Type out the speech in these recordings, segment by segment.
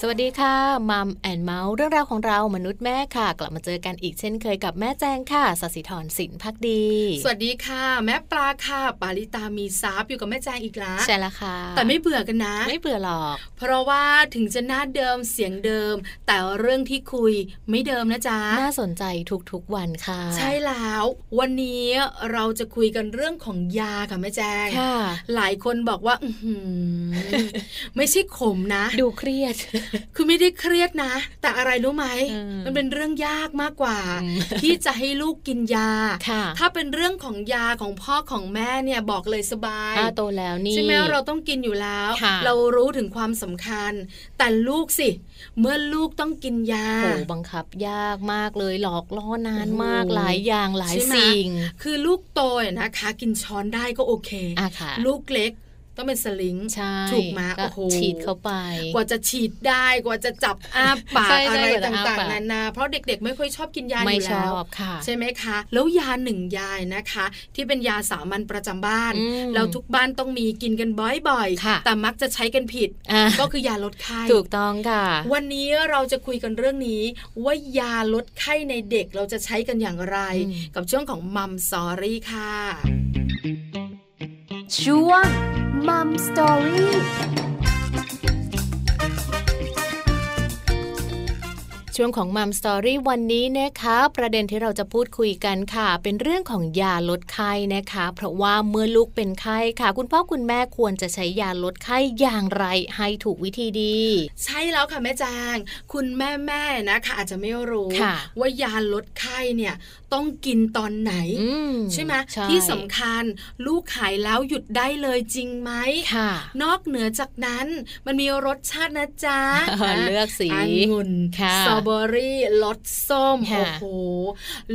สวัสดีค่ะมัมแอนเมาส์เรื่องราวของเรามนุษย์แม่ค่ะ กลับมาเจอกันอีกเช่นเคยกับแม่แจงค่ะสศิธรสินพักดี สวัสดีค่ะ แม่ปลาค่ะ ปาริตามีซับอยู่กับแม่แจงอีกแล้ว ใช่แล้วค่ะ แต่ไม่เบื่อกันนะ ไม่เบื่อหรอก เพราะว่าถึงจะหน้าเดิมเสียงเดิม แต่เรื่องที่คุยไม่เดิมนะจ๊ะ น่าสนใจทุกๆวันค่ะ ใช่แล้ว วันนี้เราจะคุยกันเรื่องของยาค่ะแม่แจง ค่ะ หลายคนบอกว่า อื้อหือ ไม่ใช่ขมนะ ดูเครียด คือไม่ได้เครียดนะ แต่อะไรรู้ไหม อืม มันเป็นเรื่องยากมากกว่า อืม ที่จะให้ลูกกินยา ค่ะ ถ้าเป็นเรื่องของยาของพ่อของแม่เนี่ยบอกเลยสบาย อ่าโตแล้วนี่ ใช่ไหมเราต้องกินอยู่แล้ว ค่ะ เรารู้ถึงความสำคัญ แต่ลูกสิ เมื่อลูกต้องกินยา โหบังคับยากมากเลยหลอกล่อนานมาก โอ้โห หลายอย่างหลาย ใช่ไหม สิ่ง คือลูกโตอะนะคะ กินช้อนได้ก็โอเค อ่ะค่ะ ลูกเล็กต้องเป็นสลิง ใช่ ถูกมาโอ้โห ฉีดเข้าไป กว่าจะฉีดได้กว่าจะจับอ้าปาก ใช่ใช่ อะไร กว่าจะอ้าต่าง ปาก ๆนานาเพราะเด็กๆ ไม่ค่อยชอบกินยาอ ไม่ ยู่ ช แล้ อ ว บค่ะ ใช่ไหมคะ แล้วยาหนึ่งยายนะคะ ที่เป็นยาสามัญประจำบ้าน อืม เราทุกบ้านต้องมีกินกันบ่อย ค่ะ ๆ แต่มักจะใช้กันผิด อ่ะ ก็คือยาลดไข้ ถูกต้องค่ะ วันนี้เราจะคุยกันเรื่องนี้ ว่ายาลดไข้ในเด็กเราจะใช้กันอย่างไร อืม กับช่วงของมัมสอรี่ค่ะ ช่วงมัมสตอรี่ ช่วงของมัมสตอรี่วันนี้นะคะประเด็นที่เราจะพูดคุยกันค่ะ เป็นเรื่องของยาลดไข้นะคะ เพราะว่าเมื่อลูกเป็นไข้ค่ะ คุณพ่อคุณแม่ควรจะใช้ยาลดไข้อย่างไรให้ถูกวิธีดี ใช่แล้วค่ะแม่จาง คุณแม่แม่ๆนะคะอาจจะไม่รู้ ค่ะ ว่ายาลดไข้เนี่ยต้องกินตอนไหน อืม ใช่ไหม ใช่ ที่สำคัญลูกขายแล้วหยุดได้เลยจริงไหม ค่ะ นอกเหนือจากนั้นมันมีรสชาตินะจ๊ะ เลือกสี อังุ่น ค่ะ สตรอเบอรี่รสส้ม ค่ะ โอ้โห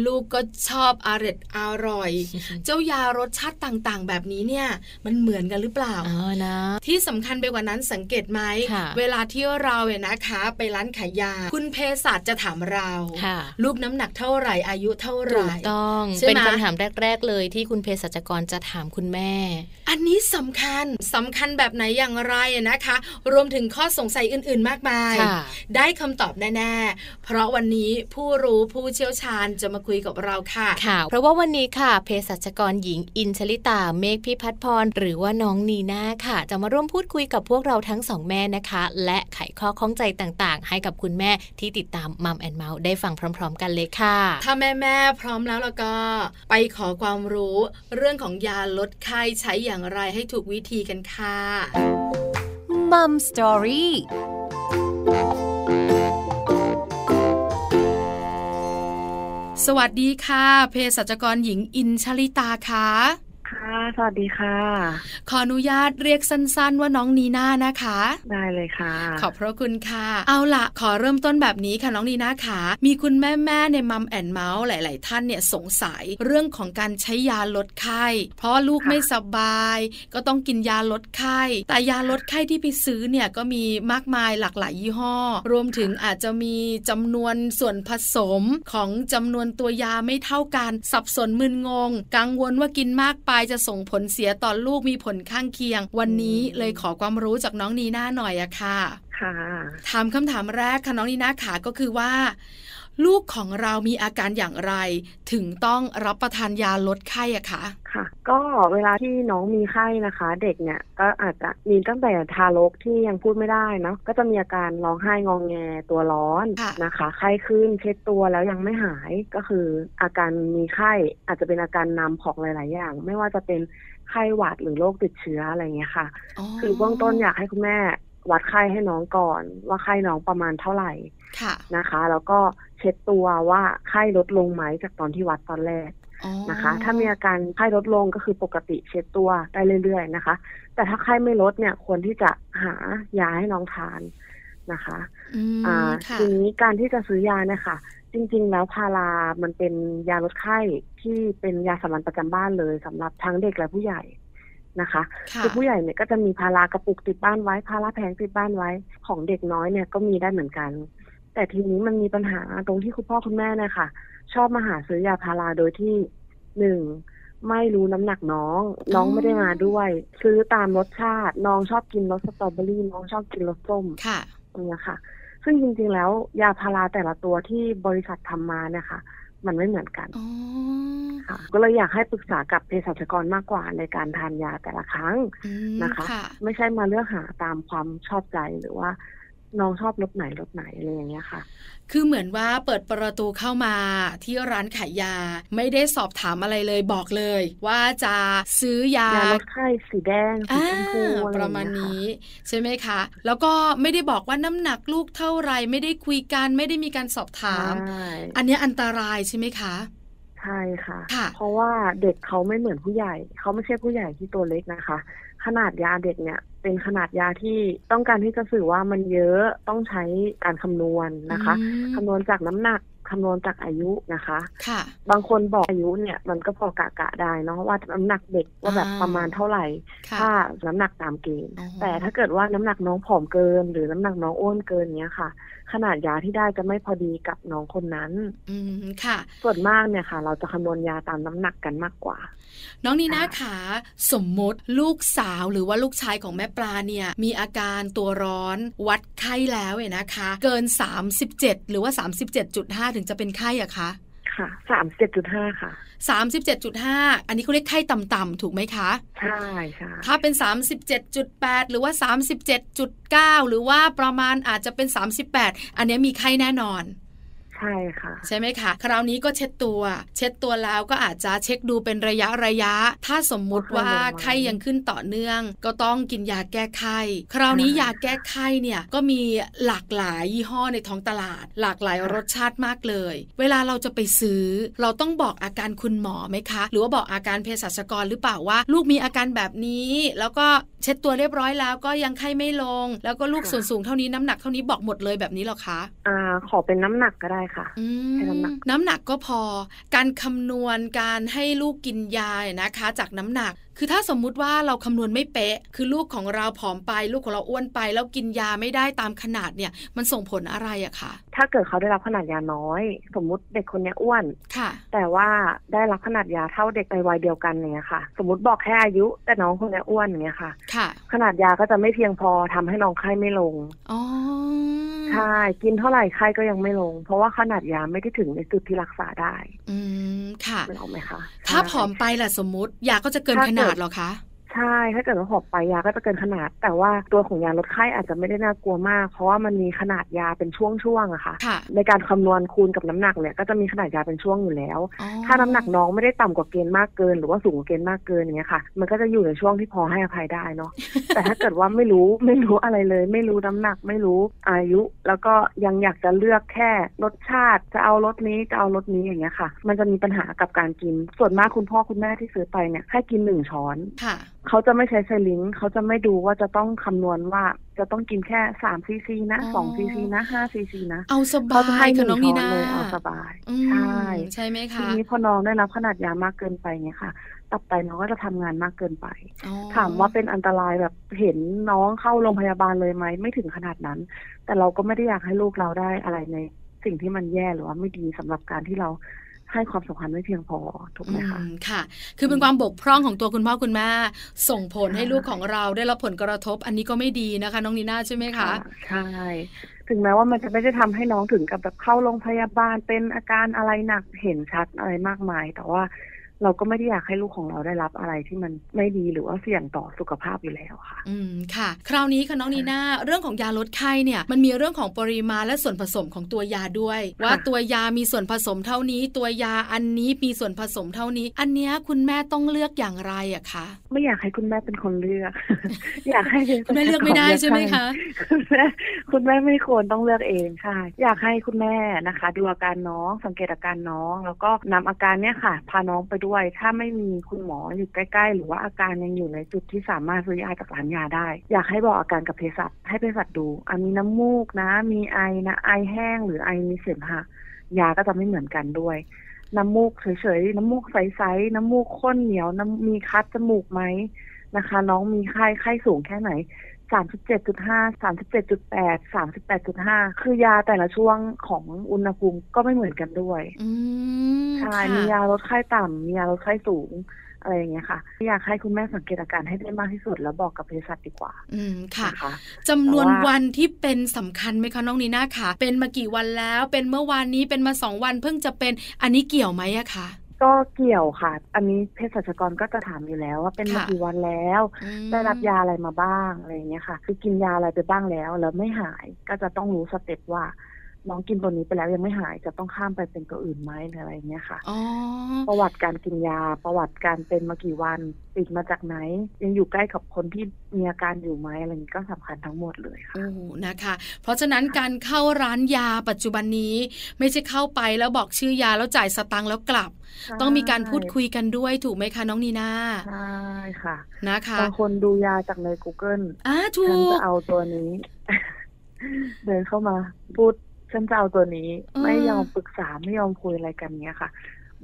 ลูกก็ชอบอร่อยอร่ อย เจ้ายารสชาติต่างๆ แบบนี้เนี่ย มันเหมือนกันหรือเปล่า อ๋อนะ ที่สำคัญไปกว่านั้นสังเกตไหม ค่ะ เวลาที่เราเนี่ยนะคะ ไปร้านขายยา คุณเภสัชจะถามเรา ค่ะ ลูกน้ำหนักเท่าไหร่อายุเท่าไห ถู ร่ กต้อง ใช่ไหม เป็นคำถามแรก ๆ เลยที่คุณเภสัชกรจะถามคุณแม่ อันนี้สำคัญสำคัญแบบไหนอย่างไรนะคะ รวมถึงข้อสงสัยอื่นๆ มากมาย ค่ะ ได้คำตอบแน่ ๆ เพราะวันนี้ผู้รู้ผู้เชี่ยวชาญจะมาคุยกับเราค่ะ ค่ะเพราะว่าวันนี้ค่ะเภสัชกรหญิงอินชลิตาเมฆพิพัฒน์พร หรือว่าน้องนีน่าค่ะ จะมาร่วมพูดคุยกับพวกเราทั้งสองแม่นะคะ และไขข้อข้องใจต่างๆ ให้กับคุณแม่ที่ติดตามมัมแอนเมาส์ได้ฟังพร้อม ๆ กันเลยค่ะ ถ้าแม่ ๆ พร้อมแล้วแล้วก็ไปขอความรู้เรื่องของยาลดไข้ใช้อย่างไรให้ถูกวิธีกันค่ะ มัมสตอรี่ สวัสดีค่ะเภสัชกรหญิงอินชลิตาค่ะ ค่ะ สวัสดีค่ะ ขออนุญาตเรียกสั้น ๆ ว่าน้องนีน่านะคะ ได้เลยค่ะ ขอบพระคุณค่ะ เอาละขอเริ่มต้นแบบนี้ค่ะน้องนีนาค่ะ มีคุณแม่แม่ๆในมัมแอนเมาส์หลาย ๆ ท่านเนี่ยสงสัยเรื่องของการใช้ยาลดไข้ เพราะว่าลูก ค่ะ ไม่สบาย ก็ต้องกินยาลดไข้ แต่ยาลดไข้ที่ไปซื้อเนี่ยก็มีมากมายหลากหลายยี่ห้อ รวมถึงอาจจะมีจำนวนส่วนผสมของจำนวนตัวยาไม่เท่ากัน สับสนมึนงง กังวลว่ากินมากไปจะส่งผลเสียต่อลูกมีผลข้างเคียง วันนี้เลยขอความรู้จากน้องนีน่าหน่อยอะค่ะ ค่ะ ถามคำถามแรกค่ะน้องนีนาขาก็คือว่า ลูกของเรามีอาการอย่างไร ถึงต้องรับประทานยาลดไข้อะคะ ค่ะ ก็เวลาที่น้องมีไข้นะคะ เด็กเนี่ย ก็อาจจะมีตั้งแต่ทารกที่ยังพูดไม่ได้เนาะ ก็จะมีอาการร้องไห้งองแงตัวร้อนนะคะ ไข้ขึ้นเช็ดตัวแล้วยังไม่หาย ก็คืออาการมีไข้อาจจะเป็นอาการนำของหลาย ๆ อย่าง ไม่ว่าจะเป็นไข้หวัดหรือโรคติดเชื้ออะไรอย่างเงี้ยค่ะ คือเบื้องต้นอยากให้คุณแม่วัดไข้ให้น้องก่อน ว่าไข้น้องประมาณเท่าไหร่ ค่ะ นะคะแล้วก็เช็ดตัวว่าไข้ลดลงไหมจากตอนที่วัดตอนแรก อ๋อ นะคะ ถ้ามีอาการไข้ลดลงก็คือปกติเช็ดตัวได้เรื่อยๆนะคะ แต่ถ้าไข้ไม่ลดเนี่ยควรที่จะหายาให้น้องทานนะคะ อืม อ่า ค่ะ ทีนี้การที่จะซื้อยาเนี่ยค่ะ จริงๆ แล้วพารามันเป็นยาลดไข้ที่เป็นยาสามัญประจำบ้านเลยสำหรับทั้งเด็กและผู้ใหญ่นะคะ ค่ะ คือผู้ใหญ่เนี่ยก็จะมีพารากระปุกติดบ้านไว้พาราแผงติดบ้านไว้ ของเด็กน้อยเนี่ยก็มีได้เหมือนกัน แต่ทีนี้มันมีปัญหาตรงที่คุณพ่อคุณแม่เนี่ยค่ะ ชอบมาหาซื้อยาพาราโดยที่หนึ่ง ไม่รู้น้ำหนักน้อง น้อง อืม ไม่ได้มาด้วย ซื้อตามรสชาติ น้องชอบกินรสสตรอเบอรี่น้องชอบกินรสส้ม ค่ะ อย่างเงี้ยค่ะ ซึ่งจริงๆแล้วยาพาราแต่ละตัวที่บริษัททำมาเนี่ยค่ะ มันไม่เหมือนกัน อ๋อ ค่ะ ก็เลยอยากให้ปรึกษากับเภสัชกรมากกว่าในการทานยาแต่ละครั้ง อืม นะคะ ค่ะ ไม่ใช่มาเลือกหาตามความชอบใจหรือว่า น้องชอบรสไหนรสไหนอะไรอย่างเงี้ยค่ะ คือเหมือนว่าเปิดประตูเข้ามาที่ร้านขายยา ไม่ได้สอบถามอะไรเลยบอกเลย ว่าจะซื้อยาย าลดไข้สีแดงสี อ่า ชมพูอไอ ป ย่ ระ ง มาณ เงี้ยค่ นี้ ใช่ไหมคะ แล้วก็ไม่ได้บอกว่าน้ำหนักลูกเท่าไหรไม่ได้คุยกัน ไม่ได้มีการสอบถาม ใช่ อันเนี้ยอันตรายใช่ไหมคะ ใช่ค่ะ ค่ะ เพราะว่าเด็กเขาไม่เหมือนผู้ใหญ่ เขาไม่ใช่ผู้ใหญ่ที่ตัวเล็กนะคะ ขนาดยาเด็กเนี่ย เป็นขนาดยาที่ต้องการที่จะสื่อว่ามันเยอะต้องใช้การคำนวณนะคะ อืม คำนวณจากน้ำหนักคำนวณจากอายุนะคะ ค่ะ บางคนบอกอายุเนี่ยมันก็พอกะกะได้เนาะว่าน้ำหนักเด็กว่าแบบ อ่า ประมาณเท่าไหร่ ค่ะ ถ้าน้ำหนักตามเกณฑ์ อ๋อ แต่ถ้าเกิดว่าน้ำหนักน้องผอมเกิน หรือน้ำหนักน้องอ้วนเกินเนี้ยค่ะ ขนาดยาที่ได้จะไม่พอดีกับน้องคนนั้น อืมค่ะ ส่วนมากเนี่ยค่ะ เราจะคำนวณยาตามน้ำหนักกันมากกว่า น้องนีนาขาสมมติลูกสาวหรือว่าลูกชายของแม่ปลาเนี่ย มีอาการตัวร้อนวัดไข้แล้วเนี่ยนะคะ เกิน 37 หรือว่า 37.5 ถึงจะเป็นไข้อะคะ ค่ะสามเจ็ดจุดห้าค่ะ 37.5 อันนี้เขาเรียกไข้ต่ำๆถูกไหมคะ ใช่ใช่ ถ้าเป็น 37.8 หรือว่า 37.9 หรือว่าประมาณอาจจะเป็น 38 อันเนี้ยมีไข้แน่นอน ใช่ค่ะ ใช่ไหมคะ คราวนี้ก็เช็ดตัว เช็ดตัวแล้วก็อาจจะเช็คดูเป็นระยะระยะ ถ้าสมมุติว่า ก็คือระวัง ไข้ยังขึ้นต่อเนื่อง ก็ต้องกินยาแก้ไข้ คราวนี้ ค่ะ ยาแก้ไข้เนี่ยก็มีหลากหลายยี่ห้อในท้องตลาด หลากหลาย ค่ะ รสชาติมากเลย เวลาเราจะไปซื้อ เราต้องบอกอาการคุณหมอไหมคะ หรือว่าบอกอาการเภสัชกรหรือเปล่าว่า ลูกมีอาการแบบนี้ แล้วก็เช็ดตัวเรียบร้อยแล้วก็ยังไข้ไม่ลง แล้วก็ลูกส่วนสูงเท่านี้น้ำหนักเท่านี้บอกหมดเลยแบบนี้เหรอคะ อ่า ขอเป็นน้ำหนักก็ได้ค่ะ อืม ให้น้ำหนัก น้ำหนักก็พอ การคำนวณการให้ลูกกินยาเนี่ยนะคะ จากน้ำหนัก คือถ้าสมมุติว่าเราคำนวณไม่เป๊ะ คือลูกของเราผอมไปลูกของเราอ้วนไป แล้วกินยาไม่ได้ตามขนาดเนี่ย มันส่งผลอะไรอะคะ ถ้าเกิดเขาได้รับขนาดยาน้อย สมมุติเด็กคนเนี้ยอ้วน ค่ะ แต่ว่าได้รับขนาดยาเท่าเด็กในวัยเดียวกันอย่างเงี้ยค่ะ สมมติบอกแค่อายุ แต่น้องคนเนี้ยอ้วนอย่างเงี้ยค่ะ ค่ะ ขนาดยาก็จะไม่เพียงพอทำให้น้องไข้ไม่ลง อ๋อ ใช่ กินเท่าไหร่ไข้ก็ยังไม่ลง เพราะว่าขนาดยาไม่ได้ถึงในจุดที่รักษาได้ อืมค่ะ มันออกไหมคะ ถ้า ใช่ ผอมไปล่ะสมมติยาก็จะเกิน ถ้า ขนาด เกิด เหรอคะ ใช่ ถ้าเกิดว่าหอบไปยาก็จะเกินขนาด แต่ว่าตัวของยาลดไข้อาจจะไม่ได้น่ากลัวมาก เพราะว่ามันมีขนาดยาเป็นช่วงๆอะค่ะ ค่ะ ในการคำนวณคูณกับน้ำหนักเนี่ยก็จะมีขนาดยาเป็นช่วงอยู่แล้ว อ๋อ ถ้าน้ำหนักน้องไม่ได้ต่ำกว่าเกณฑ์มากเกิน หรือว่าสูงกว่าเกณฑ์มากเกินอย่างเงี้ยค่ะ มันก็จะอยู่ในช่วงที่พอให้อภัยได้เนาะ แต่ถ้าเกิดว่าไม่รู้ไม่รู้อะไรเลย ไม่รู้น้ำหนักไม่รู้อายุ แล้วก็ยังอยากจะเลือกแค่รสชาติจะเอารสนี้จะเอารสนี้อย่างเงี้ยค่ะ มันจะมีปัญหากับการกิน ส่วนมากคุณพ่อคุณแม่ที่ซื้อไปเนี่ยให้กินหนึ่งช้อน ค่ะ เขาจะไม่ใช้ไซลิงค์เขาจะไม่ดูว่าจะต้องคำนวณว่าจะต้องกินแค่สามซีซีนะ อ๋อ สองซีซีนะห้าซีซีนะ เอาสบา เขาจะ ย ให้ห ค่ะ นึ่ง น้อง ช้ นี อน นา เลยเอาสบาย อื ใช่ มใช่ไหม ที คะ นี้พอน้องได้รับขนาดยามากเกินไปเงี้ยค่ะตับไตน้องก็จะทำงานมากเกินไป อ๋อ ถามว่าเป็นอันตรายแบบเห็นน้องเข้าโรงพยาบาลเลยไหมไม่ถึงขนาดนั้น แต่เราก็ไม่ได้อยากให้ลูกเราได้อะไรในสิ่งที่มันแย่หรือว่าไม่ดีสำหรับการที่เราให้ความสำคัญไม่เพียงพอถูกไหมคะ อืมค่ะ คือเป็นความบกพร่องของตัวคุณพ่อคุณแม่ส่งผลให้ ใช่ ลูกของเราได้รับผลกระทบ อันนี้ก็ไม่ดีนะคะ น้องนีน่าใช่ไหมคะ ใช่ถึงแม้ว่ามันจะไม่ได้ทำให้น้องถึงกับแบบเข้าโรงพยาบาลเป็นอาการอะไรหนักเห็นชัดอะไรมากมาย แต่ว่าเราก็ไม่ได้อยากให้ลูกของเราได้รับอะไรที่มันไม่ดีหรือว่าเสี่ยงต่อสุขภาพอยู่แล้วค่ะ อืมค่ะ คราวนี้ค่ะน้องนีน่าเรื่องของยาลดไข้เนี่ยมันมีเรื่องของปริมาณและส่วนผสมของตัวยาด้วย ว่าตัวยามีส่วนผสมเท่านี้ ตัวยาอันนี้มีส่วนผสมเท่านี้ อันเนี้ยคุณแม่ต้องเลือกอย่างไรอะคะ ไม่อยากให้คุณแม่เป็นคนเลือก อยากให้ป็น คุณแม่เลือกไม่ได้ใช่ไหมคะ คุณแม่คุณแม่ไม่ควรต้องเลือกเองใช่อยากให้คุณแม่นะคะ ดูอาการน้องสังเกตอาการน้อง แล้วก็นำอาการเนี่ยค่ะ พาน้องไปด้วย ถ้าไม่มีคุณหมออยู่ใกล้ๆ หรือว่าอาการยังอยู่ในจุดที่สามารถซื้อยาจากร้านยาได้ อยากให้บอกอาการกับเภสัชให้เภสัชดูอันมีน้ำมูกนะ มีไอนะไอแห้งหรือไอมีเสมหะยาก็จะไม่เหมือนกันด้วย น้ำมูกเฉยๆ น้ำมูกใสๆ น้ำมูกข้นเหนียว น้ำมีคัดจมูกไหมนะคะ น้องมีไข้ ไข้สูงแค่ไหน สามสิบเจ็ดจุดห้า สามสิบเจ็ดจุดแปด สามสิบแปดจุดห้า คือยาแต่ละช่วงของอุณหภูมิก็ไม่เหมือนกันด้วย อืม ใช่ ค่ะ มียาลดไข้ต่ำมียาลดไข้สูง อะไรอย่างเงี้ยค่ะ อยากให้คุณแม่สังเกตอาการให้ได้มากที่สุด แล้วบอกกับเภสัชดีกว่า อืมค่ะ นะคะ จำนวน แต่ว่า วันที่เป็นสำคัญไหมคะน้องนีน่าคะเป็นมากี่วันแล้ว เป็นเมื่อวานนี้เป็นมาสองวันเพิ่งจะเป็นอันนี้เกี่ยวไหมอะคะ ก็เกี่ยวค่ะ อันนี้เภสัชกรก็จะถามอยู่แล้วว่าเป็นมา ค่ะ กี่วันแล้ว อืม ได้รับยาอะไรมาบ้างอะไรอย่างเงี้ยค่ะ คือกินยาอะไรไปบ้างแล้ว แล้วไม่หายก็จะต้องรู้สเต็ปว่า น้องกินตัวนี้ไปแล้วยังไม่หายจะต้องข้ามไปเป็นตัวอื่นไหมหรืออะไรอย่างเงี้ยค่ะ อ๋อ ประวัติการกินยา ประวัติการเป็นมากี่วัน ติดมาจากไหน ยังอยู่ใกล้กับคนที่มีอาการอยู่ไหมอะไรอย่างนี้ก็สำคัญทั้งหมดเลยค่ะ โอ้นะคะ เพราะฉะนั้นการเข้าร้านยาปัจจุบันนี้ ไม่ใช่เข้าไปแล้วบอกชื่อยาแล้วจ่ายสตังค์แล้วกลับ ต้องมีการพูดคุยกันด้วยถูกไหมคะน้องนีน่า ใช่ค่ะ นะคะ บางคนดูยาจากใน Google อ่าถู ฉัน ก จะเอาตัวนี้ เดินเข้ามาพูดฉันจะเอาตัวนี้ อืม ไม่ยอมปรึกษาไม่ยอมคุยอะไรกันเนี้ยค่ะ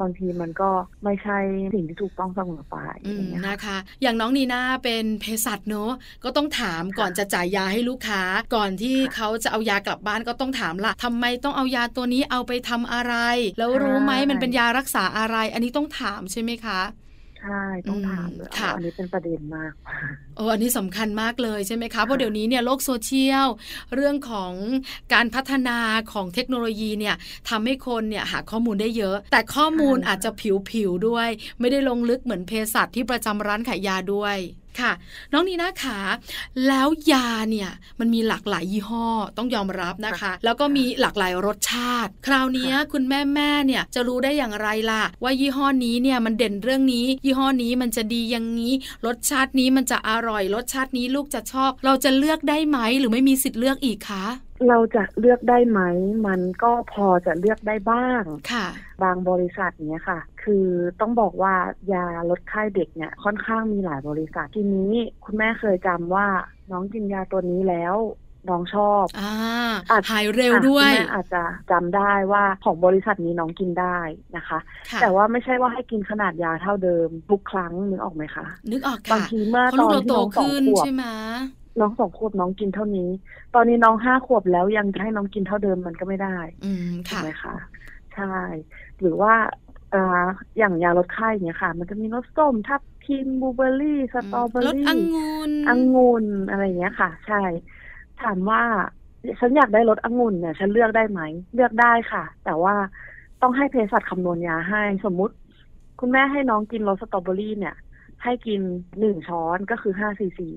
บางทีมันก็ไม่ใช่สิ่งที่ถูกต้องเสมอไปอ อืม ย่างเงี้ยค่ะ นะคะ อย่างน้องนีน่าเป็นเภสัชเนอะก็ต้องถามก่อนจะจ่ายยาให้ลูกค้า ก่อนที่ ค่ะ เขาจะเอายากลับบ้านก็ต้องถามละทำไมต้องเอายาตัวนี้เอาไปทำอะไร แล้วรู้ไหม ใช่ มันเป็นยารักษาอะไร อันนี้ต้องถามใช่ไหมคะ ใช่ต้องถามเลย อืมค่ะ อันนี้เป็นประเด็นมาก โอ้อันนี้สำคัญมากเลยใช่ไหมคะเพราะเดี๋ยวนี้เนี่ยโลกโซเชียล เรื่องของการพัฒนาของเทคโนโลยีเนี่ยทำให้คนเนี่ยหาข้อมูลได้เยอะ แต่ข้อมูล ใช่ อาจจะผิวๆด้วย ไม่ได้ลงลึกเหมือนเภสัชที่ประจำร้านขายยาด้วยค่ะ น้องนีน่าขาแล้วยาเนี่ยมันมีหลากหลายยี่ห้อต้องยอมรับนะคะ แล้วก็มีหลากหลายรสชาติ คราวเนี้ยคุณแม่แม่ๆเนี่ยจะรู้ได้อย่างไรล่ะ ว่ายี่ห้อนี้เนี่ยมันเด่นเรื่องนี้ ยี่ห้อนี้มันจะดีอย่างนี้ รสชาตินี้มันจะอร่อย รสชาตินี้ลูกจะชอบ เราจะเลือกได้ไหมหรือไม่มีสิทธิ์เลือกอีกคะ เราจะเลือกได้ไหม มันก็พอจะเลือกได้บ้าง ค่ะ บางบริษัทเนี้ยค่ะ คือต้องบอกว่ายาลดไข้เด็กเนี่ยค่อนข้างมีหลายบริษัททีนี้คุณแม่เคยจำว่า น้องกินยาตัวนี้แล้วน้องชอบ อ่า อาจ หายเร็วด้วย อ่ะคุณแม่อาจจะจำได้ว่าของบริษัทนี้น้องกินได้นะคะ ค่ะ แต่ว่าไม่ใช่ว่าให้กินขนาดยาเท่าเดิมทุกครั้งนึกออกไหมคะ นึกออก บาง ค่ะ ทีเมื่อ พอ ต ลูก อน เรา ที่ โต น้องสอง ขึ้น ขวบ ใช่ไหม น้องสองขวบน้องกินเท่านี้ ตอนนี้น้องห้าขวบแล้วยังจะให้น้องกินเท่าเดิมมันก็ไม่ได้ อืม ถูก ค่ะ ไหมคะใช่ หรือว่าเอ่ออย่างยาลดไข้อย่างเงี้ยค่ะ มันจะมีรสส้มทับทิมบลูเบอร์รี่สตรอเบอร์ รส รี่ องุ่น องุ่นอะไรอย่างเงี้ยค่ะ ใช่ ถามว่าฉันอยากได้รสองุ่นเนี่ย ฉันเลือกได้ไหม เลือกได้ค่ะ แต่ว่าต้องให้เภสัชคำนวณยาให้ สมมุติ คุณแม่ให้น้องกินรสสตรอเบอรี่เนี่ย ให้กินหนึ่งช้อนก็คือห้าซีซี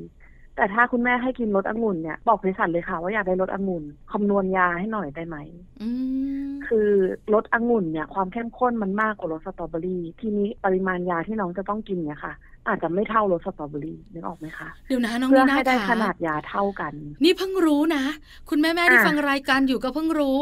แต่ถ้าคุณแม่ให้กินรสองุ่นเนี่ยบอกเภสัชเลยค่ะว่าอยากได้รสองุ่นคำนวณยาให้หน่อยได้ไหม อืม คือรสองุ่นเนี่ย ความเข้มข้นมันมากกว่ารสสตรอเบอรี่ทีนี้ปริมาณยาที่น้องจะต้องกินเนี่ยค่ะ อาจจะไม่เท่ารสสตรอเบอรี่นึกออกไหมคะ เดี๋ยวนะน้อง เพื่ นี อ น่า ให้ได้ ค่ะ ขนาดยาเท่ากัน นี่เพิ่งรู้นะ คุณแม่แม่ๆที่ อ่ะ ฟังรายการอยู่ก็เพิ่งรู้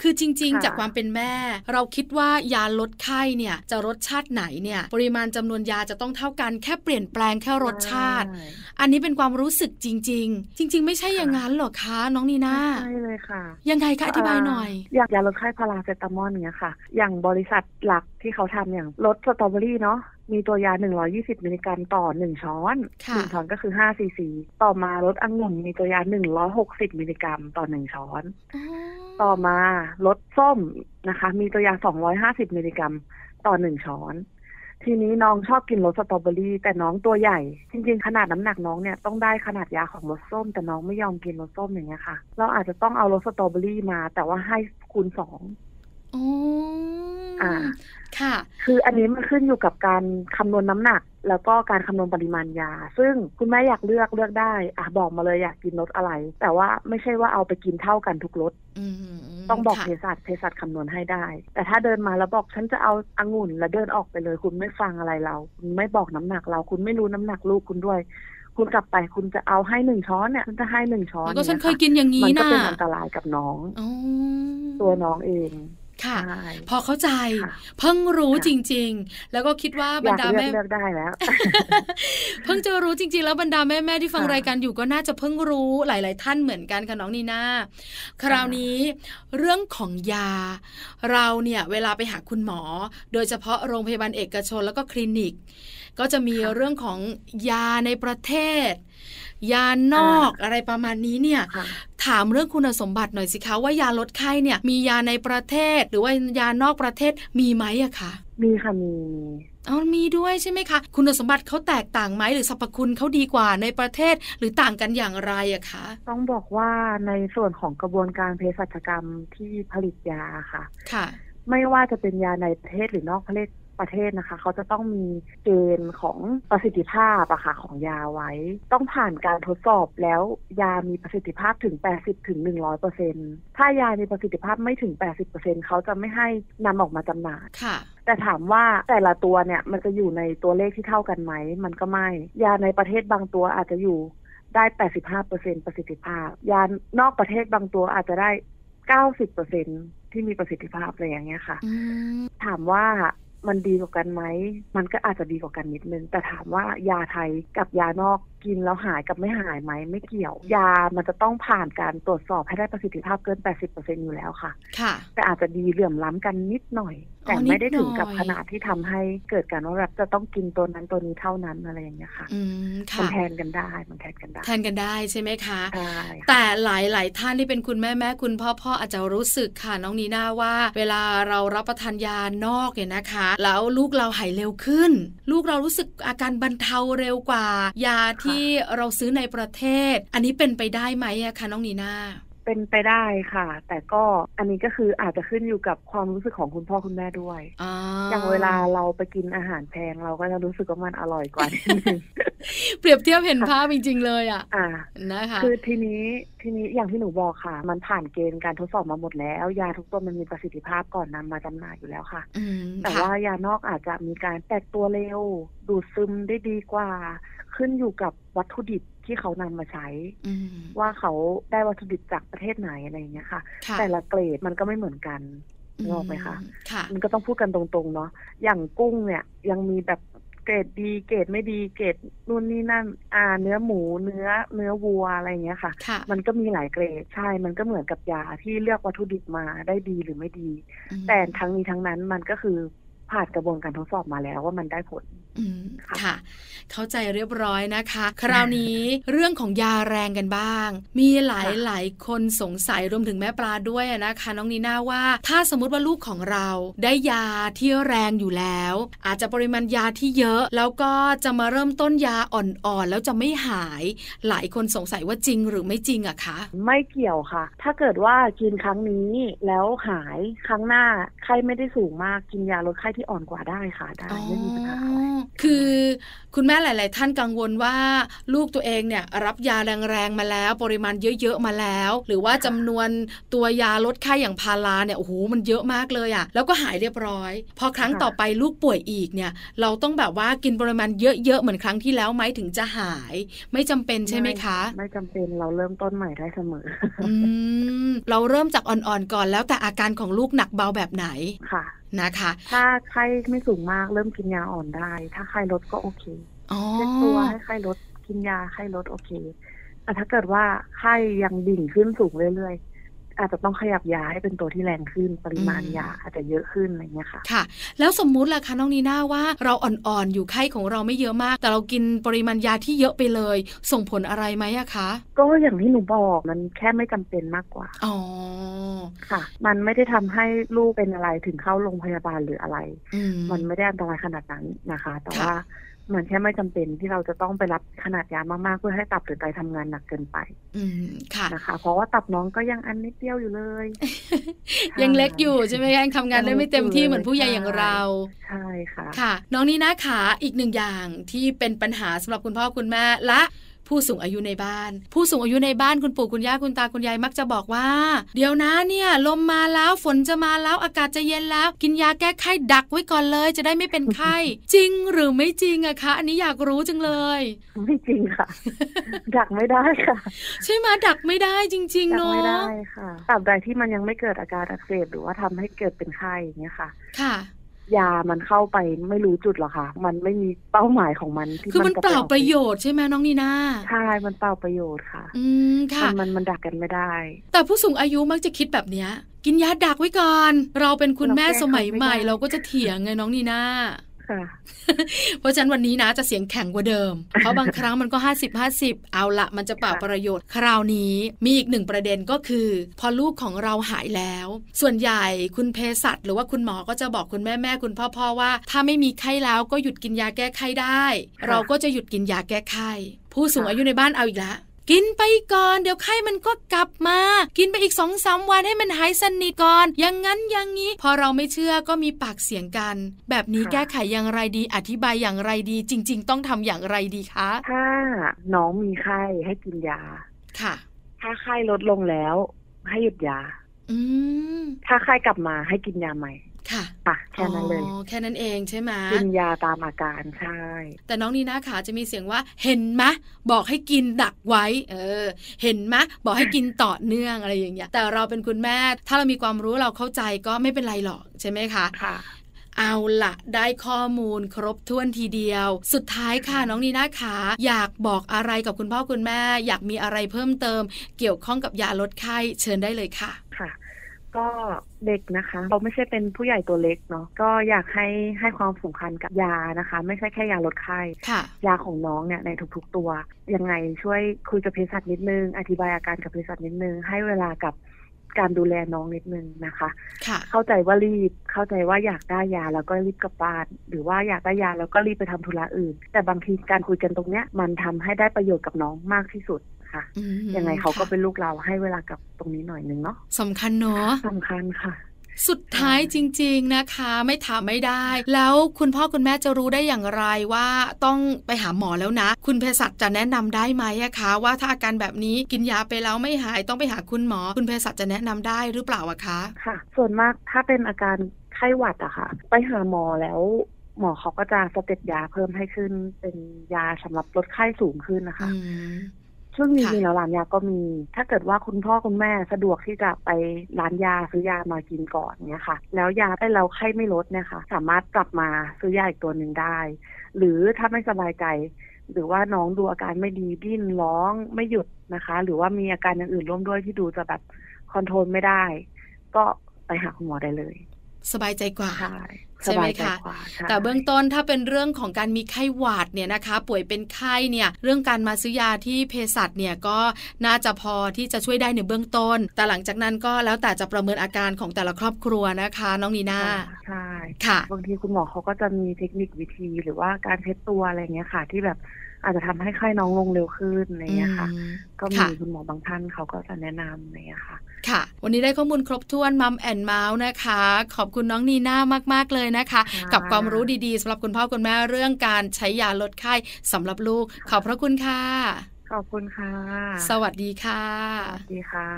คือจริง ๆ ค่ะ จากความเป็นแม่ เราคิดว่ายาลดไข้เนี่ย จะรสชาติไหนเนี่ย ปริมาณจำนวนยาจะต้องเท่ากันแค่เปลี่ยนแปลงแค่รสชาติ ใช่ อันนี้เป็นความรู้สึกจริง ๆ จริง ๆ ไม่ใช่อย่างนั้นหรอคะน้องนีน่า ใช่เลยค่ะ ยังไงคะอธิบายหน่อย ยางยาลดไข้พาราเซตามอลเนี่ยค่ะ อย่างบริษัทหลักที่เขาทำอย่างลดสตรอเบอรี่เนาะมีตัวยา 120 มิลลิกรัมต่อ 1 ช้อน ค่ะ 1ช้อนก็คือ5ซีซีต่อมาลดองุ่นมีตัวยา 160 มิลลิกรัมต่อ 1 ช้อน ต่อมาลดส้มนะคะ มีตัวยา 250 มิลลิกรัมต่อ 1 ช้อน ทีนี้น้องชอบกินรสสตรอเบอรี่ แต่น้องตัวใหญ่ จริงๆ ขนาดน้ำหนักน้องเนี่ยต้องได้ขนาดยาของรสส้ม แต่น้องไม่ยอมกินรสส้มอย่างเงี้ยค่ะ เราอาจจะต้องเอารสสตรอเบอรี่มา แต่ว่าให้คูณสอง อ๋อ อ่า ค่ะ คืออันนี้มันขึ้นอยู่กับการคำนวณน้ำหนัก แล้วก็การคำนวณปริมาณยา ซึ่งคุณแม่อยากเลือกเลือกได้อ่ะบอกมาเลยอยากกินรสอะไร แต่ว่าไม่ใช่ว่าเอาไปกินเท่ากันทุกรส อืม ต้องบอก ค่ะ เภสัชเภสัชคำนวณให้ได้ แต่ถ้าเดินมาแล้วบอกฉันจะเอาองุ่นแล้วเดินออกไปเลย คุณไม่ฟังอะไรเรา คุณไม่บอกน้ำหนักเรา คุณไม่รู้น้ำหนักลูกคุณด้วย คุณกลับไปคุณจะเอาให้หนึ่งช้อนเนี่ยฉันจะให้หนึ่งช้อน แล้วก็ฉันเคย เย กินอย่าง มั นี้ ก็ นะ เป็นอันตรายกับน้อง อ๋อ ตัวน้องเอง ค่ะ ใช่ พอเข้าใจ ค่ะ เพิ่งรู้ ค่ะ จริง ๆ แล้วก็คิดว่า อบ ร ยาร ก ดา เลือ แม่ กเลือกได้แล้ว เพิ่งจะรู้จริง ๆ แล้วบรรดาแม่ๆที่ฟัง ค่ะ รายการอยู่ก็น่าจะเพิ่งรู้หลาย ๆ ท่านเหมือนกันค่ะน้องนีน่าคราวนี้ เรื่องของยา เราเนี่ยเวลาไปหาคุณหมอ โดยเฉพาะโรงพยาบาลเอกชนแล้วก็คลินิก ก็จะมี ค่ะ เรื่องของยาในประเทศ ยานอกอะไรประมาณนี้เนี่ย ค่ะ ถามเรื่องคุณสมบัติหน่อยสิคะว่ายาลดไข้เนี่ย มียาในประเทศ หรือว่ายานอกประเทศมีไหมอะคะ มีค่ะมี เอามีด้วยใช่ไหมคะ คุณสมบัติเขาแตกต่างไหมหรือสรรพคุณเขาดีกว่าในประเทศ หรือต่างกันอย่างไรอะคะ ต้องบอกว่าในส่วนของกระบวนการเภสัชกรรมที่ผลิตยาค่ะ ค่ะ ไม่ว่าจะเป็นยาในประเทศหรือนอกประเทศประเทศนะคะ เขาจะต้องมีเกณฑ์ของประสิทธิภาพอะค่ะของยาไว้ ต้องผ่านการทดสอบแล้วยามีประสิทธิภาพถึง 80ถึง100เปอร์เซ็นถ้ายามีประสิทธิภาพไม่ถึง 80เปอร์เซ็นเขาจะไม่ให้นำออกมาจำหน่าย ค่ะ แต่ถามว่าแต่ละตัวเนี่ยมันจะอยู่ในตัวเลขที่เท่ากันไหม มันก็ไม่ ยาในประเทศบางตัวอาจจะอยู่ได้ 85 ประสิทธิภาพ ยานอกประเทศบางตัวอาจจะได้ 90 ที่มีประสิทธิภาพอะไรอย่างเงี้ยค่ะ อืม ถามว่ามันดีกว่ากันไหม มันก็อาจจะดีกว่ากันนิดนึง แต่ถามว่ายาไทยกับยานอกกินแล้วหายกับไม่หายไหมไม่เกี่ยว ยามันจะต้องผ่านการตรวจสอบให้ได้ประสิทธิภาพเกิน 80 อยู่แล้วค่ะ ค่ะ แต่อาจจะดีเหลื่อมล้ำกันนิดหน่อย อ๋ แต่ อ ไม่ได้ นิดหน่อย ถึงกับขนาดที่ทำให้เกิดการว่าแบบจะต้องกินตัวนั้นตัวนี้เท่านั้นอะไรอย่างเงี้ยค่ะ อืม มั ค่ะ แทนกันได้มันแทนกันได้ แทนกันได้ใช่ไหมคะ ใช่ค่ะ แต่หลายหลายๆท่านที่เป็นคุณแม่แม่คุณพ่อพ่ออาจจะรู้สึกค่ะน้องนีน่าว่า เวลาเรารับประทานยานอกเนี่ยนะคะ แล้วลูกเราหายเร็วขึ้น ลูกเรารู้สึกอาการบรรเทาเร็วกว่า ยาที่เราซื้อในประเทศ อันนี้เป็นไปได้ไหมอะคะน้องนีน่า เป็นไปได้ค่ะ แต่ก็อันนี้ก็คืออาจจะขึ้นอยู่กับความรู้สึกของคุณพ่อคุณแม่ด้วย อ๋อ อย่างเวลาเราไปกินอาหารแพงเราก็จะรู้สึกว่ามันอร่อยกว่า นิดนึง เปรียบเทียบเห็นภาพจริงๆเลยอะ อ่า นะคะ คือทีนี้ทีนี้อย่างที่หนูบอกค่ะ มันผ่านเกณฑ์การทดสอบมาหมดแล้ว ยาทุกตัวมันมีประสิทธิภาพก่อนนำมาจำหน่ายอยู่แล้วค่ะ ม แต่ ค่ะ ว่ายานอกอาจจะมีการแตกตัวเร็ว ดูดซึมได้ดีกว่า ขึ้นอยู่กับวัตถุดิบที่เขานำมาใช้ อืม ว่าเขาได้วัตถุดิบจากประเทศไหนอะไรอย่างเงี้ยค่ะ ค่ะ แต่ละเกรดมันก็ไม่เหมือนกัน นึกออกไหมคะ ค่ะ มันก็ต้องพูดกันตรงๆเนาะอย่างกุ้งเนี่ยยังมีแบบเกรดดีเกรดไม่ดีเกรดนู่นนี่นั่นอ่าเนื้อหมูเนื้อเนื้อวัวอะไรอย่างเงี้ยค่ะ ค่ะ มันก็มีหลายเกรดใช่ มันก็เหมือนกับยาที่เลือกวัตถุดิบมาได้ดีหรือไม่ดี อืม แต่ทั้งนี้ทั้งนั้นมันก็คือผ่านกระบวนการทดสอบมาแล้วว่ามันได้ผล อืมค่ะ เข้าใจเรียบร้อยนะคะ คราวนี้ เรื่องของยาแรงกันบ้าง มีหลาย ค่ะ หลายคนสงสัยรวมถึงแม่ปลาด้วยนะคะ น้องนีน่าว่า ถ้าสมมติว่าลูกของเราได้ยาที่แรงอยู่แล้ว อาจจะปริมาณยาที่เยอะ แล้วก็จะมาเริ่มต้นยาอ่อนๆแล้วจะไม่หาย หลายคนสงสัยว่าจริงหรือไม่จริงอะคะ ไม่เกี่ยวค่ะ ถ้าเกิดว่ากินครั้งนี้แล้วหายครั้งหน้าไข้ไม่ได้สูงมากกินยาลดไข้ที่อ่อนกว่าได้ค่ะได้ อ๋อ ไม่มีปัญหาอะไร คือคุณแม่หลาย ๆ ท่านกังวลว่า ลูกตัวเองเนี่ยรับยาแรงๆมาแล้ว ปริมาณเยอะๆมาแล้ว หรือว่าจำนวนตัวยาลดไข้อย่างพาราเนี่ยโอ้โหมันเยอะมากเลยอะ่ะแล้วก็หายเรียบร้อย พอครั้ง ค่ะ ต่อไปลูกป่วยอีกเนี่ย เราต้องแบบว่ากินปริมาณเยอะๆเหมือนครั้งที่แล้วไหมถึงจะหาย ไม่จำเป็นใช่ไหมคะ ไม่จำเป็นเราเริ่มต้นใหม่ได้เสมอ อืมเราเริ่มจากอ่อนๆก่อนแล้วแต่อาการของลูกหนักเบาแบบไหน ค่ะ นะคะ ถ้าไข้ไม่สูงมากเริ่มกินยาอ่อนได้ ถ้าไข้ลดก็โอเค อ๋อ เช็ดตัวให้ไข้ลดกินยาไข้ลดโอเคแต่ถ้าเกิดว่าไข้ยังดิ่งขึ้นสูงเรื่อยๆ อาจจะต้องขยับยาให้เป็นตัวที่แรงขึ้นปริมาณ อืม ยาอาจจะเยอะขึ้นอะไรเงี้ยค่ะ ค่ะ แล้วสมมุติล่ะคะน้องนีน่าว่าเราอ่อนๆ อยู่ไข้ของเราไม่เยอะมาก แต่เรากินปริมาณยาที่เยอะไปเลย ส่งผลอะไรไหมอะคะ ก็อย่างที่หนูบอกมันแค่ไม่จำเป็นมากกว่า อ๋อ ค่ะ มันไม่ได้ทำให้ลูกเป็นอะไรถึงเข้าโรงพยาบาลหรืออะไร อืม มันไม่ได้อันตรายขนาดนั้นนะคะ แต่ ค่ะ ว่ามันแค่ไม่จำเป็นที่เราจะต้องไปรับขนาดยามากๆเพื่อให้ตับหรือไตทำงานหนักเกินไป อืมค่ะ นะคะเพราะว่าตับน้องก็ยังอันนิดเดียวอยู่เลย ใช่ ยังเล็กอยู่ใช่ไหมคะยังทำงานได้ไม่เต็มที่เหมือนผู้ใหญ่อย่างเรา ใช่ค่ะ ค่ะ น้องนีน่าขาอีกหนึ่งอย่างที่เป็นปัญหาสำหรับคุณพ่อคุณแม่และผู้สูงอายุในบ้าน ผู้สูงอายุในบ้านคุณปู่คุณย่าคุณตาคุณยายมักจะบอกว่า เดี๋ยวนะเนี่ยลมมาแล้วฝนจะมาแล้วอากาศจะเย็นแล้ว กินยาแก้ไข้ดักไว้ก่อนเลย จะได้ไม่เป็นไข้ จริงหรือไม่จริงอะคะ อันนี้อยากรู้จังเลย ไม่จริง ค่ะ ดักไม่ได้ค่ะ ใช่ไหมยดักไม่ได้จริง ๆ ดัไม่เนาะ ได้ค่ะตราบใดที่มันยังไม่เกิดอาการอักเสบหรือว่าทำให้เกิดเป็นไข้อย่างเงี้ยค่ะ ค่ะ ยามันเข้าไปไม่รู้จุดหรอกค่ะ มันไม่มีเป้าหมายของมันที่ คือมัน จะ เปล่าประโยชน์ใช่ไหมยน้องนีน่า ใช่ มันเปล่าประโยชน์ค่ะ อืม มั ค่ะ มันมันดักกันไม่ได้ แต่ผู้สูงอายุมักจะคิดแบบเนี้ย กินยาดักไว้ก่อน เราเป็นคุณแม่สมัยใหม่ เราเราแก้ไขไม่ได้ก็จะเถียงไงน้องนีน่า ค่ะ เพราะฉะนั้นวันนี้นะจะเสียงแข็งกว่าเดิ ม เพราะบางครั้งมันก็ 50 50 เอาละมันจะเปล่า ค่ะ ประโยชน์ คราวนี้มีอีกหนึ่งประเด็นก็คือ พอลูกของเราหายแล้ว ส่วนใหญ่คุณเภสัชหรือว่าคุณหมอก็จะบอกคุณแม่แม่ๆคุณพ่อพ่อๆว่า ถ้าไม่มีไข้แล้วก็หยุดกินยาแก้ไข้ได้ ค่ะ เราก็จะหยุดกินยาแก้ไข้ผู้สูง ค่ะ อายุในบ้านเอาอีกละกินไปก่อนเดี๋ยวไข้มันก็กลับมา กินไปอีกสองสามวันให้มันหายสนิทก่อนอย่างนั้นอย่างนี้ พอเราไม่เชื่อก็มีปากเสียงกัน แบบนี้ ค่ะ แก้ไขอย่างไรดี อธิบายอย่างไรดี จริง ๆ ต้องทำอย่างไรดีคะ ถ้าน้องมีไข้ให้กินยา ค่ะ ถ้าไข้ลดลงแล้ว ให้หยุดยา อืม ถ้าไข้กลับมาให้กินยาใหม่ ค่ะ ค่ะแค่นั้นเลย อ๋อแค่นั้นเองใช่ไหม กินยาตามอาการใช่ แต่น้องนีนาขาจะมีเสียงว่า เห็นมะ บอกให้กินดักไว้ เออ เห็นมะ บอกให้กินต่อเนื่องอะไรอย่างเงี้ยแต่เราเป็นคุณแม่ ถ้าเรามีความรู้เราเข้าใจก็ไม่เป็นไรหรอกใช่ไหมคะ ค่ะ เอาละได้ข้อมูลครบถ้วนทีเดียว สุดท้ายค่ะน้องนีนาขาอยากบอกอะไรกับคุณพ่อคุณแม่ อยากมีอะไรเพิ่มเติม เกี่ยวข้องกับยาลดไข้เชิญได้เลยค่ะ ค่ะ ก็เด็กนะคะเราไม่ใช่เป็นผู้ใหญ่ตัวเล็กเนาะก็อยากให้ให้ความสำคัญกับยานะคะ ไม่ใช่แค่ยาลดไข้ ค่ะ ยาของน้องเนี่ยในทุกๆตัวยังไงช่วยคุยกับเภสัชนิดนึง อธิบายอาการกับเภสัชนิดนึง ให้เวลากับการดูแลน้องนิดนึงนะคะ ค่ะ เข้าใจว่ารีบเข้าใจว่าอยากได้ยาแล้วก็รีบกลับบ้าน หรือว่าอยากได้ยาแล้วก็รีบไปทำธุระอื่น แต่บางทีการคุยกันตรงเนี้ยมันทำให้ได้ประโยชน์กับน้องมากที่สุดค่ะ อืม ยังไงเขาก็ ค่ะ เป็นลูกเราให้เวลากับตรงนี้หน่อยนึงเนาะ สำคัญเนาะ สำคัญค่ะ สุดท้ายจริง ๆนะคะ ไม่ถามไม่ได้ แล้วคุณพ่อคุณแม่จะรู้ได้อย่างไรว่าต้องไปหาหมอแล้วนะ คุณเภสัชจะแนะนำได้ไหมอะคะ ว่าถ้าอาการแบบนี้กินยาไปแล้วไม่หายต้องไปหาคุณหมอ คุณเภสัชจะแนะนำได้หรือเปล่าอะคะ ค่ะ ส่วนมากถ้าเป็นอาการไข้หวัดอะค่ะ ไปหาหมอแล้ว หมอเขาก็จะสเต็ปยาเพิ่มให้ขึ้น เป็นยาสำหรับลดไข้สูงขึ้นนะคะ อืม ซึ่งจริงๆ ค่ะ แล้วร้านยาก็มี ถ้าเกิดว่าคุณพ่อคุณแม่สะดวกที่จะไปร้านยาซื้อยามากินก่อนเนี่ยค่ะ แล้วยาไปเราไข้ไม่ลดเนี่ยค่ะ สามารถกลับมาซื้อยาอีกตัวหนึ่งได้ หรือถ้าไม่สบายใจ หรือว่าน้องดูอาการไม่ดีดิ้นร้องไม่หยุดนะคะ หรือว่ามีอาการอย่างอื่นร่วมด้วยที่ดูจะแบบคอนโทรลไม่ได้ ก็ไปหาคุณหมอได้เลย สบายใจกว่า ใช่ ใช่ ส ไหม บายใจ คะ กว่าใช่ แต่เบื้องต้นถ้าเป็นเรื่องของการมีไข้หวัดเนี่ยนะคะ ป่วยเป็นไข้เนี่ยเรื่องการมาซื้อยาที่เภสัชเนี่ยก็น่าจะพอที่จะช่วยได้ในเบื้องต้น แต่หลังจากนั้นก็แล้วแต่จะประเมินอาการของแต่ละครอบครัวนะคะ น้องนีนา ค่ะใช่ ค่ะ บางทีคุณหมอเขาก็จะมีเทคนิควิธีหรือว่าการเทสตัวอะไรเงี้ยค่ะ ที่แบบอาจจะทำให้ไข้น้องลงเร็วขึ้นอะไรเงี้ยค่ะ อืม ก็ ค่ะ มีคุณหมอบางท่านเขาก็จะแนะนำอะไรเงี้ยค่ะ ค่ะ วันนี้ได้ข้อมูลครบถ้วนมัมแอนเมาส์นะคะ ขอบคุณน้องนีน่ามากๆเลยนะคะ ค่ะ กับความรู้ดีๆสำหรับคุณพ่อคุณแม่เรื่องการใช้ยาลดไข้สำหรับลูก ขอบพระคุณค่ะ ขอบคุณค่ะ สวัสดีค่ะ สวัสดีค่ะ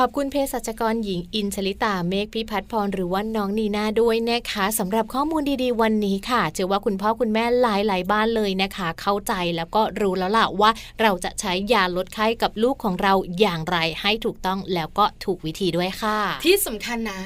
ขอบคุณเภสัชกรหญิงอินชลิตาเมฆพิพัฒน์พรหรือว่าน้องนีนาด้วยนะคะสำหรับข้อมูลดีๆ วันนี้ค่ะ เชื่อว่าคุณพ่อคุณแม่หลายๆบ้านเลยนะคะ เข้าใจแล้วก็รู้แล้วล่ะว่า เราจะใช้ยาลดไข้กับลูกของเราอย่างไรให้ถูกต้องแล้วก็ถูกวิธีด้วยค่ะ ที่สำคัญนะ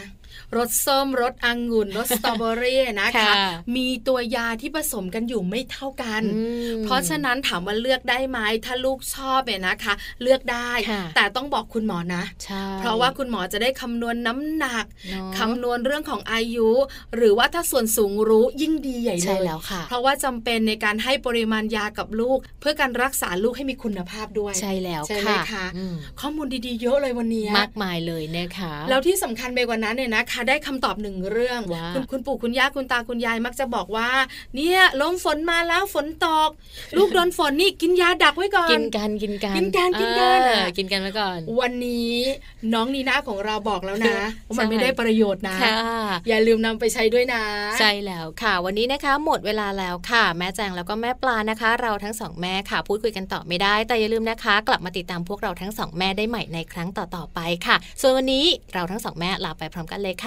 รสส้มรสองุ่นรสสตรอเบอรี่นะคะ ค่ะ มีตัวยาที่ผสมกันอยู่ไม่เท่ากัน อืม เพราะฉะนั้นถามว่าเลือกได้ไหมถ้าลูกชอบเนี่ยนะคะ เลือกได้ ค่ะ แต่ต้องบอกคุณหมอนะ ใช่ เพราะว่าคุณหมอจะได้คำนวณน้ำหนัก เนาะ คำนวณเรื่องของอายุ หรือว่าถ้าส่วนสูงรู้ยิ่งดีใหญ่เล ใช่ ย แล้วค่ะ เพราะว่าจำเป็นในการให้ปริมาณยากับลูก เพื่อการรักษาลูกให้มีคุณภาพด้วย ใช่แล้ว ใช่ไหม ค่ะ คะ อืม ข้อมูลดีๆเยอะเลยวันนี้ มากมายเลยนะคะ แล้วที่สำคัญไปกว่านั้นเนี่ยนะคะ ได้คำตอบหนึ่งเรื่อง ว่า คุณคุณปู่คุณย่าคุณตาคุณยายมักจะบอกว่า เนี่ยลมฝนมาแล้วฝนตก ลูกโดนฝนนี่กินยาดักไว้ก่อน กินกันกินกัน กินกันกินกัน เออกินกันไว้ก่อน วันนี้น้องนีน่าของเราบอกแล้วนะว่ามัน ใช่ ไม่ได้ประโยชน์นะ ค่ะ อย่าลืมนำไปใช้ด้วยนะ ใช่แล้วค่ะ วันนี้นะคะหมดเวลาแล้วค่ะ แม่แจงแล้วก็แม่ปลานะคะ เราทั้งสองแม่ค่ะ พูดคุยกันต่อไม่ได้ แต่อย่าลืมนะคะ กลับมาติดตามพวกเราทั้งสองแม่ได้ใหม่ในครั้งต่อๆไปค่ะ ส่วนวันนี้เราทั้งสองแม่ลาไปพร้อมกันเลยค่ะ